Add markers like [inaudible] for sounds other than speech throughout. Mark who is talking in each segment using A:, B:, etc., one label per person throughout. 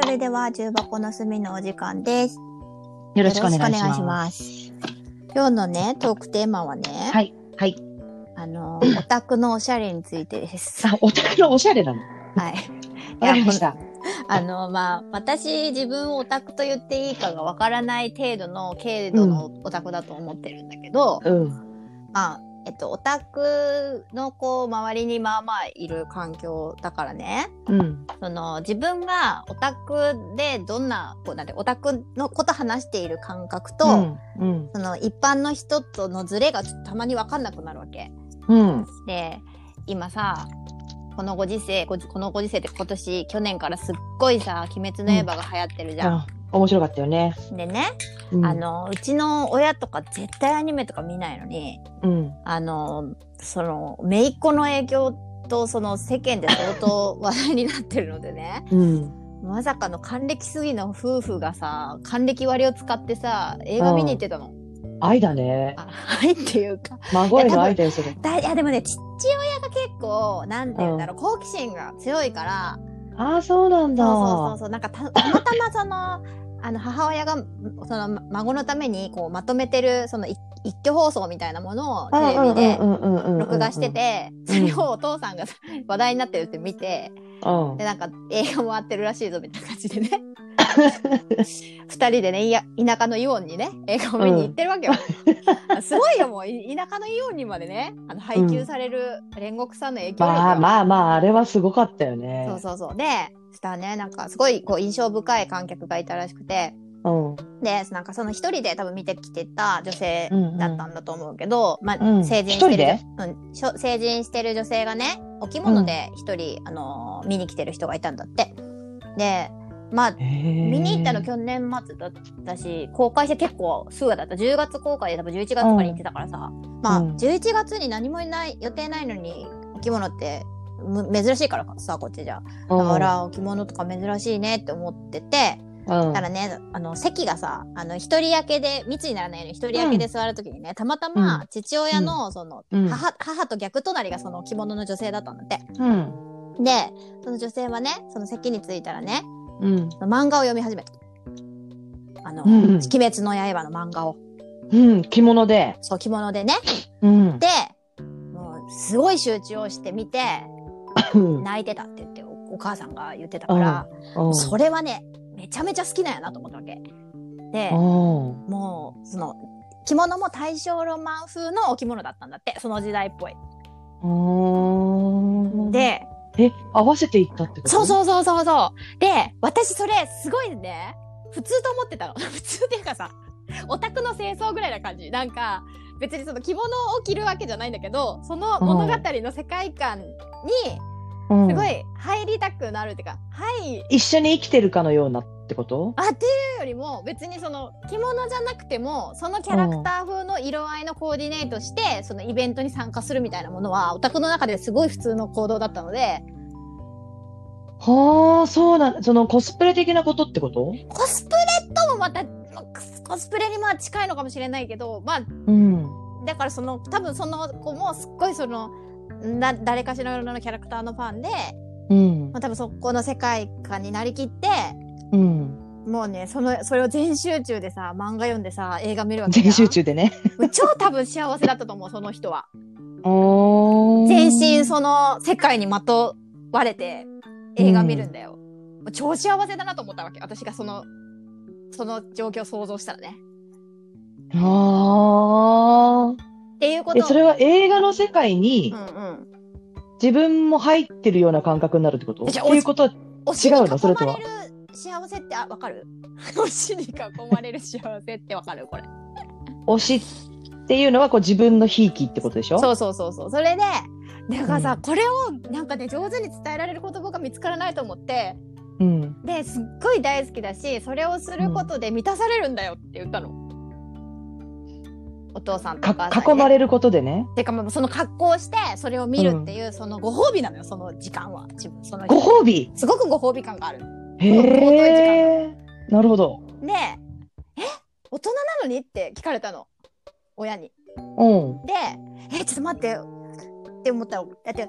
A: それでは重箱の隅のお時間です。
B: よろしくお願いし
A: よろ
B: ま
A: し
B: す。
A: くお願いします。今日のね、トークテーマはね、
B: はい。はい。
A: あの、オタクのおしゃれについてです。
B: あ、お宅のおしゃれなの。
A: はい。
B: わかりました。
A: あの、まあ、私、自分をオタクと言っていいかがわからない程度の、軽度のオタクだと思ってるんだけど、
B: うん。
A: まあ、えっと、オタクのこう、周りにまあまあいる環境だからね、
B: うん。
A: その自分がオタクでどんな、こうなんて、オタクのこと話している感覚と、
B: うん。
A: その一般の人とのズレがちょっとたまに分かんなくなるわけ。
B: うん。
A: で今さこのご時世ここのご時世って今年去年からすっごいさ「鬼滅の刃」が流行ってるじゃん。
B: あ、面白かったよね。
A: でね、
B: うん
A: あ、のうちの親とか絶対アニメとか見ないのに
B: うん。
A: あのその姪っ子の影響とその世間で相当話題になってるのでね
B: うん。
A: まさかの還暦過ぎの夫婦がさ還暦割を使ってさ映画見に行ってたの。
B: 愛だね。
A: あはいっていうか
B: 孫への愛だよ、それ。
A: だいやでもね父親が結構なんて言うんだろう、好奇心が強いから
B: ああ、そうなんだ。
A: そうそうそうそうなんかたたまたまそのあの母親がその孫のためにこうまとめてるその一一挙放送みたいなものをテレビで
B: で
A: 録画して。て、
B: うん
A: それをお父さんが話題になってるって見て
B: うん
A: で。なんか映画も合ってるらしいぞみたいな感じ
B: [laughs]
A: でね二人でねいや田舎のイオンにね映画を見に行ってるわけよ、すごいよもうい田舎のイオンにまでねあの配給される煉獄さんの影響力よ、
B: まあまあまあ、あれはすごかったよね。
A: そうそうそうでしたねなんかすごいこう印象深い観客がいたらしくて
B: うん。
A: でなんかその一人で多分見てきてた女性
B: うんうん
A: だったんだと思うけど、まあ
B: うん
A: 成人してる
B: 一人で
A: うんしょ成人してる女性がねお着物で一人、あのー見に来てる人がいたんだってでまあ見
B: 見
A: に行ったの去年末だったし公開して結構すぐだった10月公開で多分11月とかに行ってたからさ、まあ
B: うん
A: 11月に何もいない予定ないのにお着物ってむ珍しいからさこっちじゃ
B: 日
A: だか、ら置物とか珍しいねって思ってて、
B: うん。
A: ただねあの席がさあの一人焼けで密にならないように一人焼けで座る時にね、たまた
B: う
A: ま父親のその、
B: うん
A: 母母と逆隣がその着物の女性だったんだって。
B: うん。
A: でその女性はねその席に着いたらね
B: うん。
A: 漫画を読み始めた。あの、
B: うん
A: 鬼滅の刃の漫画を
B: うん。着物で。
A: そう着物でね
B: うん。
A: でもうすごい集中をして見て
B: うん
A: 泣いてたって言っておお母さんが言ってたから。
B: うん
A: それはね、めちゃめちゃ好きなんやなと思ったわけ。で、
B: うん
A: もう、その、着物も大正ロマン風のお着物だったんだって、その時代っぽい。
B: うん、
A: で、
B: え合わせていったってこと
A: そうそうそうそうそう。で、私それ、すごいね、普通と思ってたの。 [laughs] 普通っていうかさ、オタクの清掃ぐらいな感じ。なんか、別にその着物を着るわけじゃないんだけど、その物語の世界観に、
B: うん、
A: すごい入りたくなるっていうか、はい、
B: 一緒に生きてるかのようなってこと
A: あっていうよりも別にその着物じゃなくてもそのキャラクター風の色合いのコーディネートしてそのイベントに参加するみたいなものはオタクの中ですごい普通の行動だったので
B: はあそうなんそのコスプレ的なことってこと
A: コスプレともまたまあコスコスプレにまあ近いのかもしれないけどまあ
B: うん
A: だからその多分その子もすっごいそのな誰かしらのキャラクターのファンで、
B: うん
A: まあ、多分そこの世界観になりきって
B: うん
A: もうねそのそれを全集中でさ漫画読んでさ映画見るわけじゃん
B: 全集中でね
A: もう超多分幸せだったと思うその人は。
B: おー
A: 全身その世界にまとわれて映画見るんだよ。もう超幸せだなと思ったわけ。私がその、その状況を想像したらね。
B: あー
A: っていうこ
B: え
A: とを
B: それは映画の世界に
A: うん
B: 自分も入ってるような感覚になるってこと、
A: じゃあ
B: っていうことは
A: うん。
B: 違うのそれとは
A: 推しに囲まれる幸せって、あ、わかる [laughs] 推しに囲まれる幸せってわかるこれ。
B: 推しっていうのはこう自分のひいきってことでしょ
A: そうそうそうそう。それで、だからさ、
B: うん
A: これをなんかね、上手に伝えられる言葉が見つからないと思って、
B: うん、
A: で、すっごい大好きだし、それをすることで満たされるんだよって言ったの。お父さんと
B: か
A: お母さんにね、
B: 囲まれることでね
A: てかまあその格好をしてそれを見るっていう、そのご褒美なのよその時間は自分その日
B: ご褒美
A: すごくご褒美感がある
B: へえなるほど
A: でえ大人なのにって聞かれたの親に
B: うん
A: でえちょっと待ってって思ったらだって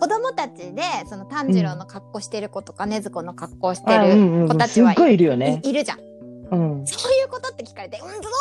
A: 子供たちでその炭治郎の格好してる子とか、禰豆子の格好して
B: あう
A: る
B: んうん
A: 子
B: うん
A: た
B: す
A: ち
B: っ
A: はい,、
B: ごいいるよね。
A: いるじゃん。
B: うん。
A: そういうことって聞かれて、うん、そういうこととも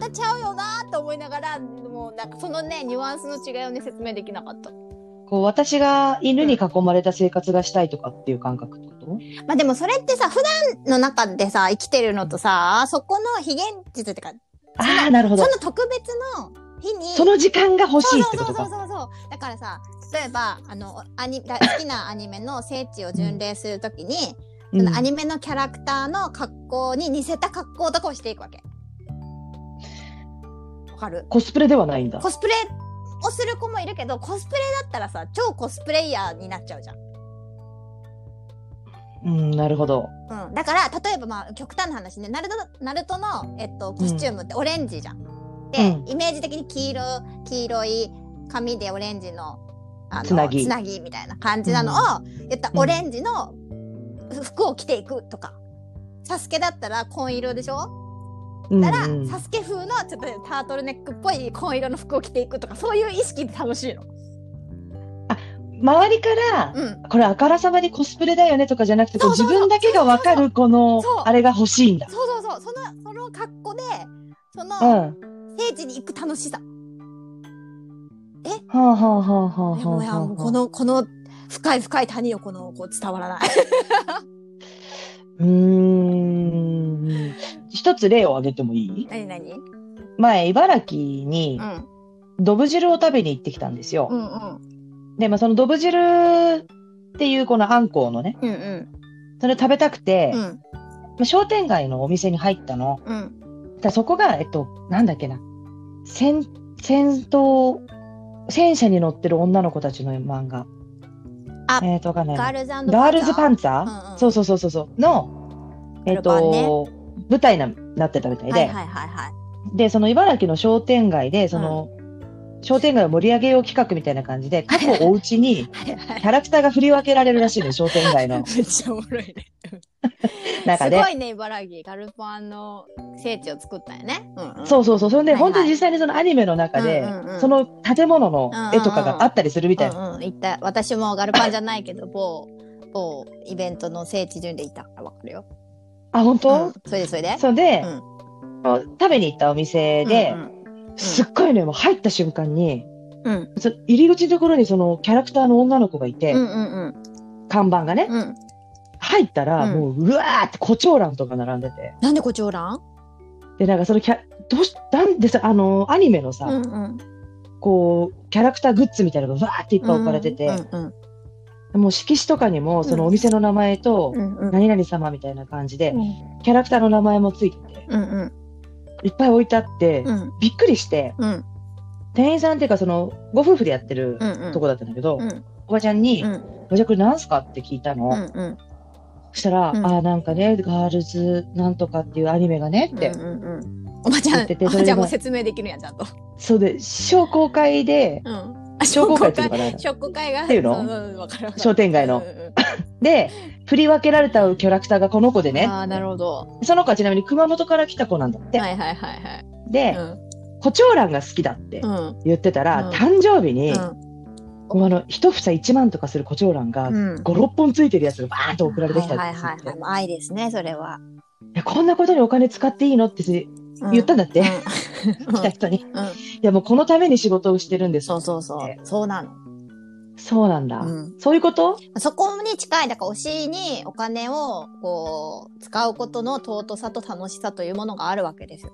A: またちゃうよなと思いながらもうなんかそのねニュアンスの違いをね説明できなかった。
B: こう私が犬に囲まれた生活がしたいとかっていう感覚ってこと
A: まあでもそれってさ普段の中でさ生きてるのとさそこの非現実っていうか
B: ああ、なるほ
A: そ
B: ど
A: の。特別の日に
B: その時間が欲しいっ
A: そう
B: てこ
A: そ
B: と
A: うそう
B: か。
A: そうそうだからさ例えばあのアニだ好きなアニメの聖地を巡礼するときに、
B: うん
A: そのアニメのキャラクターの格好に似せた格好とかをしていくわけ。わかる
B: コスプレではないんだ。
A: コスプレをする子もいるけどコスプレだったらさ超コスプレイヤーになっちゃうじゃん。
B: うん、なるほど。
A: うん、だから例えばまあ極端な話ねナルトナルトの、えっと、コスチュームってオレンジじゃん。で、
B: うん
A: イメージ的に黄色黄色い髪でオレンジのあの
B: つなぎ
A: みたいな感じなのを、言ったら
B: うん
A: オレンジの服を着ていくとか。サスケだったら紺色でしょ
B: うん
A: だから、
B: うん
A: サスケ風のちょっとタートルネックっぽい紺色の服を着ていくとかそういう意識で楽しいの。
B: 周りから、
A: うん、
B: これあからさまにコスプレだよねとかじゃなくて、こ
A: そ
B: う
A: うそう
B: 自
A: そう
B: 分だけがわかるこの
A: そう、
B: あれが欲しいんだ。
A: そうそうそうそのその格好でその、
B: うん。は
A: 聖地に行く楽しさ。
B: あはあはあはあ
A: でもいや
B: は
A: もうこ
B: あ。
A: のこの深い深い谷をこのこう伝わらない。
B: うーん。一つ例を挙げてもいい
A: 何何？うん
B: 前、茨城に
A: うん
B: ドブ汁を食べに行ってきたんですよ。
A: うん
B: で、まあ、そのドブ汁っていうこのあんこうのね、
A: うんうん
B: それ食べたくて、
A: う
B: ま
A: ん
B: あ、商店街のお店に入ったの。
A: うん
B: だからそこが、えっと、なんだっけな、戦、戦闘、戦車に乗ってる女の子たちの漫画。
A: あ
B: えっと、わかんないな
A: ガールズガ
B: ガールズパ
A: ン
B: ンツァー、
A: うんうん
B: そうそうそうそうそう。の、えっ、と、舞台ななってたみたいで、
A: はいはいはいはい。
B: で、その茨城の商店街で、その、商店街を盛り上げよう企画みたいな感じで、過去お家に
A: はいはい
B: キャラクターが振り分けられるらしい
A: [laughs]
B: のよ、商店街
A: め
B: の
A: っちゃおもろいね。
B: 中
A: す
B: で
A: ご。いね茨城ガルパンの聖地を作ったよね。うんうん、
B: そううそうそう。それで、
A: はいはい
B: 本当に実際にそのアニメの中で、
A: うんうんうん
B: その建物の絵とかがあったりするみたいな。
A: うんうん行った私もガルパンじゃないけど某某イベントの聖地巡礼行ったからわかるよ。
B: あ、本当、
A: うんそれでそれで。
B: それで、
A: うん
B: 食べに行ったお店で、
A: うん
B: すっごいね、もう入った瞬間に、
A: うん
B: そ入り口のところにそのキャラクターの女の子がいて、
A: うんうんうん
B: 看板がね、
A: うんうん。
B: 入ったら、
A: うん
B: もう、うわーって胡蝶蘭とか並んでて。
A: なんでコチョウラン？
B: で、なんかそのキャ、どうし、なんでさ、あのアニメのさ、
A: うんうん。
B: こう、キャラクターグッズみたいなのがわーっていっぱい置かれてて、
A: うんうん
B: もう色紙とかにも、そのお店の名前と、
A: うんうん
B: 何々様みたいな感じで、
A: う
B: キャラクターの名前もついてて、
A: んうん
B: いっぱい置いてあって、
A: うん
B: びっくりして、
A: うん
B: 店員さんっていうか、その、ご夫婦でやってる
A: うんうん
B: とこだったんだけど、
A: うん
B: おばちゃんに、
A: うん
B: おばちゃんこれなんすかって聞いたの。
A: うんうん
B: そしたら、
A: うん
B: あーなんかね、ガールズなんとかっていうアニメがねって、
A: うんうんうんおばちゃ
B: 言
A: ん
B: ってて
A: お
B: そ
A: ば
B: れ
A: ち
B: で
A: ゃんも説明できるやんちゃんと。
B: そうで、商工会で、
A: うん。あ
B: 商工会っていうのかな
A: 商工会が
B: っていうの
A: んんわかるわかる
B: 商店街の
A: うんうん
B: で、振り分けられたキャラクターがこの子でね、
A: ああなるほど。
B: その子はちなみに熊本から来た子なんだって。
A: はいはいはいはい。
B: で、
A: うん
B: 胡蝶蘭が好きだって
A: うん
B: 言ってたら、
A: うん
B: 誕生日に、
A: う
B: こうあの、一房1万とかする胡蝶蘭が、
A: んうん。
B: 5、6本ついてるやつがバーンと送られてきたって
A: は
B: 言
A: い
B: って、
A: はいはいはい。まあ愛ですねそれは。
B: いやこんなことにお金使っていいのって言ったんだって、
A: うん。
B: [laughs] 来た人に。
A: うんうん
B: いや、もうこのために仕事をしてるんです。
A: そうそうそうそうなの。
B: そうなんだ。
A: うん
B: そういうこと
A: そこに近いだから推しにお金をこう使うことの尊さと楽しさというものがあるわけですよ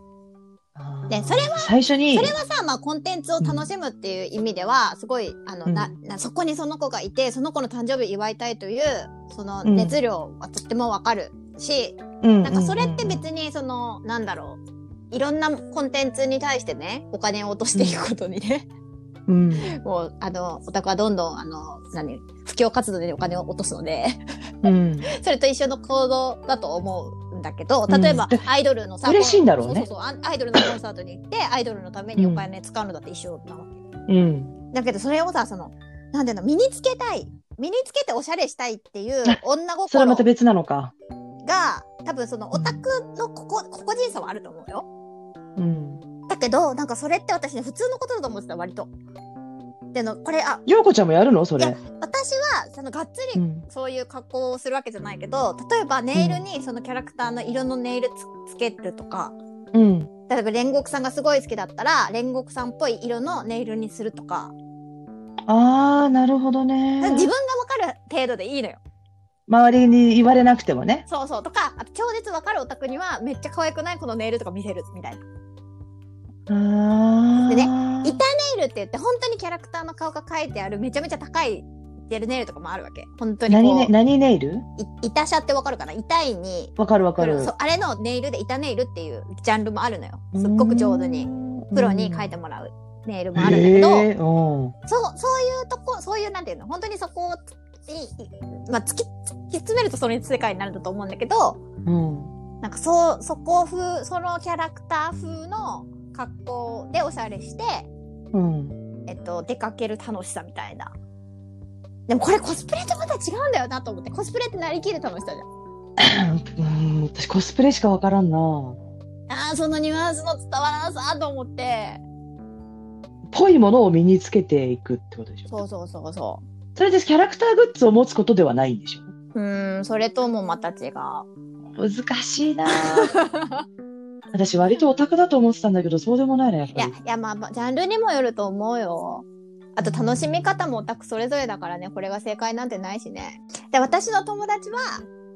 A: でそれ
B: は最初に
A: それはさ、まあ、コンテンツを楽しむっていう意味ではすごいあの、
B: うん
A: ななそこにその子がいてその子の誕生日祝いたいというその
B: うん
A: 熱量はとってもわかるし、
B: うん
A: なんかそれって
B: に
A: 別にそのなんだろういろんなコンテンツに対してねお金を落としていくことにね、
B: うん、
A: もうあのオタクはどんどんあの何布教活動でお金を落とすので
B: うん、
A: それと一緒の行動だと思うんだけど例えばアイドルのさ、
B: 嬉しいんだろうね
A: そうそうそうアイドルのコンサートに行ってアイドルのためにお金使うのだって一緒なわけ。
B: うん、
A: だけどそれをさそのなんていうの身につけたい身につけておしゃれしたいっていう女
B: それは
A: 心
B: ま
A: が
B: た別なのか。
A: 多分そのオタクのここ個人差はあると思うよ
B: うん、
A: だけどなんかそれって私ね普通のことだと思ってた割とでのこれあ
B: ようこちゃんもやるのそ
A: い
B: れ
A: や。私はそのがっつ
B: う
A: り
B: ん。
A: そういう加工をするわけじゃないけど例えばネイルにそのキャラクターの色のネイルつつけるとか
B: うん。
A: 例えば煉獄さんがすごい好きだったら煉獄さんっぽい色のネイルにするとか
B: ああ、なるほどね。
A: 自分がわかる程度でいいのよ。
B: 周りに言われなくてもね。
A: そうそうとかあと超絶わかるオタクにはめっちゃ可愛くないこのネイルとか見せるみたいな。
B: ああ。
A: でいたネイルって言って本当にキャラクターの顔が描いてあるめちゃめちゃ高いやるネイルとかもあるわけ本当に
B: 何
A: こう
B: ね、何ネイル
A: い痛車ってわかるかな痛いに
B: わかるわかる。
A: そうあれのネイルで板ネイルっていうジャンルもあるのよすっごく上手にプロに描いて
B: も
A: もらうネイルもあるんだけど、
B: えーうん
A: そうそういうとこそういうなんていうの本当にそこをいいまあ、突き突き詰めるとその世界になるんだと思うんだけど
B: うん
A: なんかそうそこ風そのキャラクター風の格好でおしゃれして、
B: うん [coughs]
A: えっと、出かける楽しさみたいな。でもこれコスプレとまた違うんだよなと思ってコスプレってなりきる楽しさじゃん。
B: うん私コスプレしかわからんな
A: ああそのニュアンスの伝わらなさと思って
B: ぽいものを身につけていくってことでしょ
A: そうそうそうそ
B: それでキャラクターグッズを持つことではないんでしょ
A: う。うんそれともまた違う。
B: 難しいな [laughs] 私割とオタクだと思ってたんだけどそうでもないねやっ
A: い
B: ぱ
A: やい
B: り
A: やまあまあジャンルにもよると思うよ。あと楽しみ方もオタクそれぞれだからねこれが正解なんてないしね。で私の友達は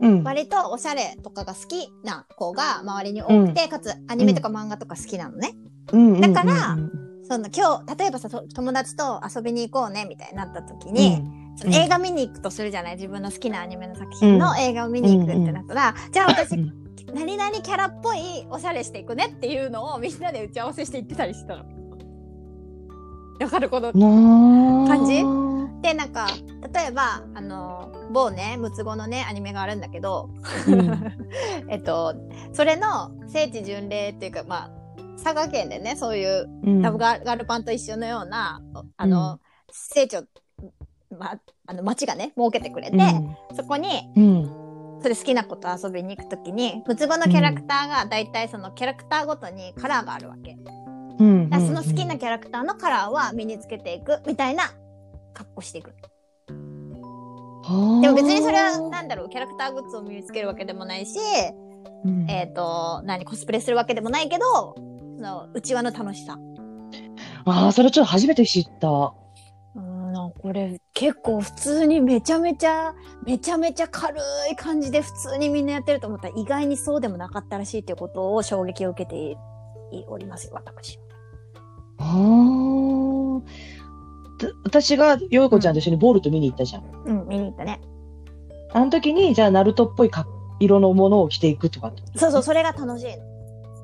B: うん
A: 割とおしゃれとかが好きな子が周りに多くて、かつアニメとか漫画とか好きなのね。
B: うんうん
A: だから
B: うん
A: その今日例えばさと友達と遊びに行こうねみたいになった時
B: う
A: に、
B: ん
A: その映画見に行くとするじゃない自分の好きなアニメの作品の映画を見に行くってなったら、じゃあ私 [laughs]
B: うん
A: 何々キャラっぽいおしゃれしていくねっていうのをみんなで打ち合わせして行ってたりしたの。わかるこの
B: な
A: 感じ
B: う
A: でなんか例えばあの某ね六つ子のねアニメがあるんだけど、
B: ん
A: [laughs] えっとそれの聖地巡礼っていうかまあ佐賀県でねそういう
B: うん
A: ラブガールガールパンと一緒のような、あの、聖地を、ま、あの町がね設けてくれて、そこに
B: うんうん
A: それ好きな子と遊びに行くときに六つ子のキャラクターが大体そのキャラクターごとにカラーがあるわけ、だか
B: うん
A: らその好きなキャラクターのカラーは身につけていくみたいな格好していくでも別にそれはなんだろうキャラクターグッズを身につけるわけでもないし、
B: うん
A: えっ、と何コスプレするわけでもないけどそのうちわの楽しさ
B: ああそれちょっと初めて知った
A: うんなんかこれ結構普通にめちゃめちゃめちゃめちゃ軽い感じで普通にみんなやってると思ったら意外にそうでもなかったらしいっていうことを衝撃を受けていおりますよ私は。
B: あーた私がよいこちゃんと一緒にボルト見に行ったじゃん。
A: うん見に行ったね。
B: あの時に、じゃあ、ナルトっぽいか色のものを着ていくとかって。
A: そうそうそれが楽しいの。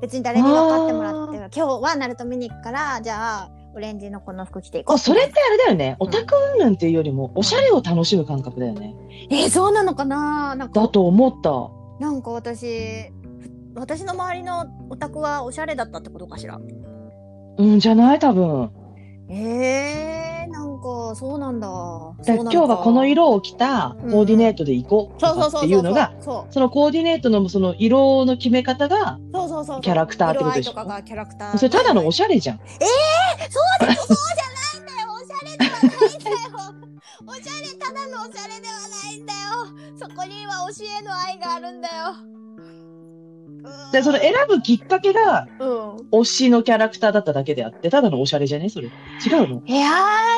A: 別に誰に分かってもらっては今日はナルト見に行くからじゃあオレンジのこの服着ていこう。
B: あそれってあれだよね。オタク云々っていうよりも、おしゃれを楽しむ感覚だよね。
A: えーそうなのかななんか
B: だと思った。
A: なんか私私の周りのオタクはおしゃれだったってことかしら。
B: うん、じゃない多分。
A: えー、なんかそうなんだ。
B: だ
A: そうなの
B: 今
A: か
B: 日はこの色を着たコーディネートで行こうと
A: そうそ
B: か
A: うそうそう
B: っていうのが、
A: そう
B: そのコーディネートのその色の決め方が
A: そうそうそう
B: キャラクターって
A: 色
B: こと
A: 合い
B: でし
A: と
B: ょ
A: かがキャラクター
B: それただのおしゃれじゃん。
A: そうですそうじゃないんだよおしゃれではないんだよおしゃれただのおしゃれではないんだよそこには教えの愛があるんだよ
B: で、その選ぶきっかけが
A: うん
B: 推しのキャラクターだっただけであって、ただのおしゃれじゃねそれ。違うの
A: いや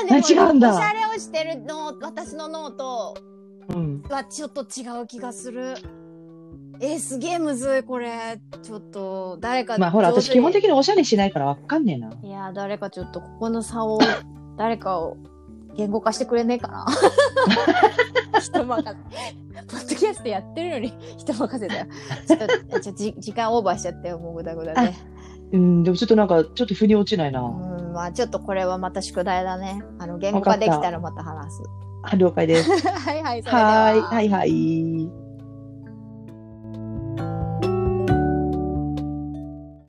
A: ー
B: あ
A: で
B: 違
A: も
B: うんだ
A: おしゃれをしてるの私の脳と
B: うん。
A: はちょっと違う気がするえー、すげえむずいこれちょっと誰か
B: まあほら、
A: 上手
B: 私基本
A: に
B: 的におしゃれしないからわかんねえな。
A: いやー誰かちょっとここの差を誰かを言語化してくれねえかな [laughs] 人任せポッドキャストやってるのに人任せだよちょっとちょじ時間オーバーしちゃったよもうぐだぐだで
B: うん、でもちょっとなんか、ちょっと腑に落ちないな。
A: うんまあちょっとこれはまた宿題だねあの言語化できたらまた話す [laughs]
B: あ了解です。
A: はいはいそれでは
B: はーい、はいはい。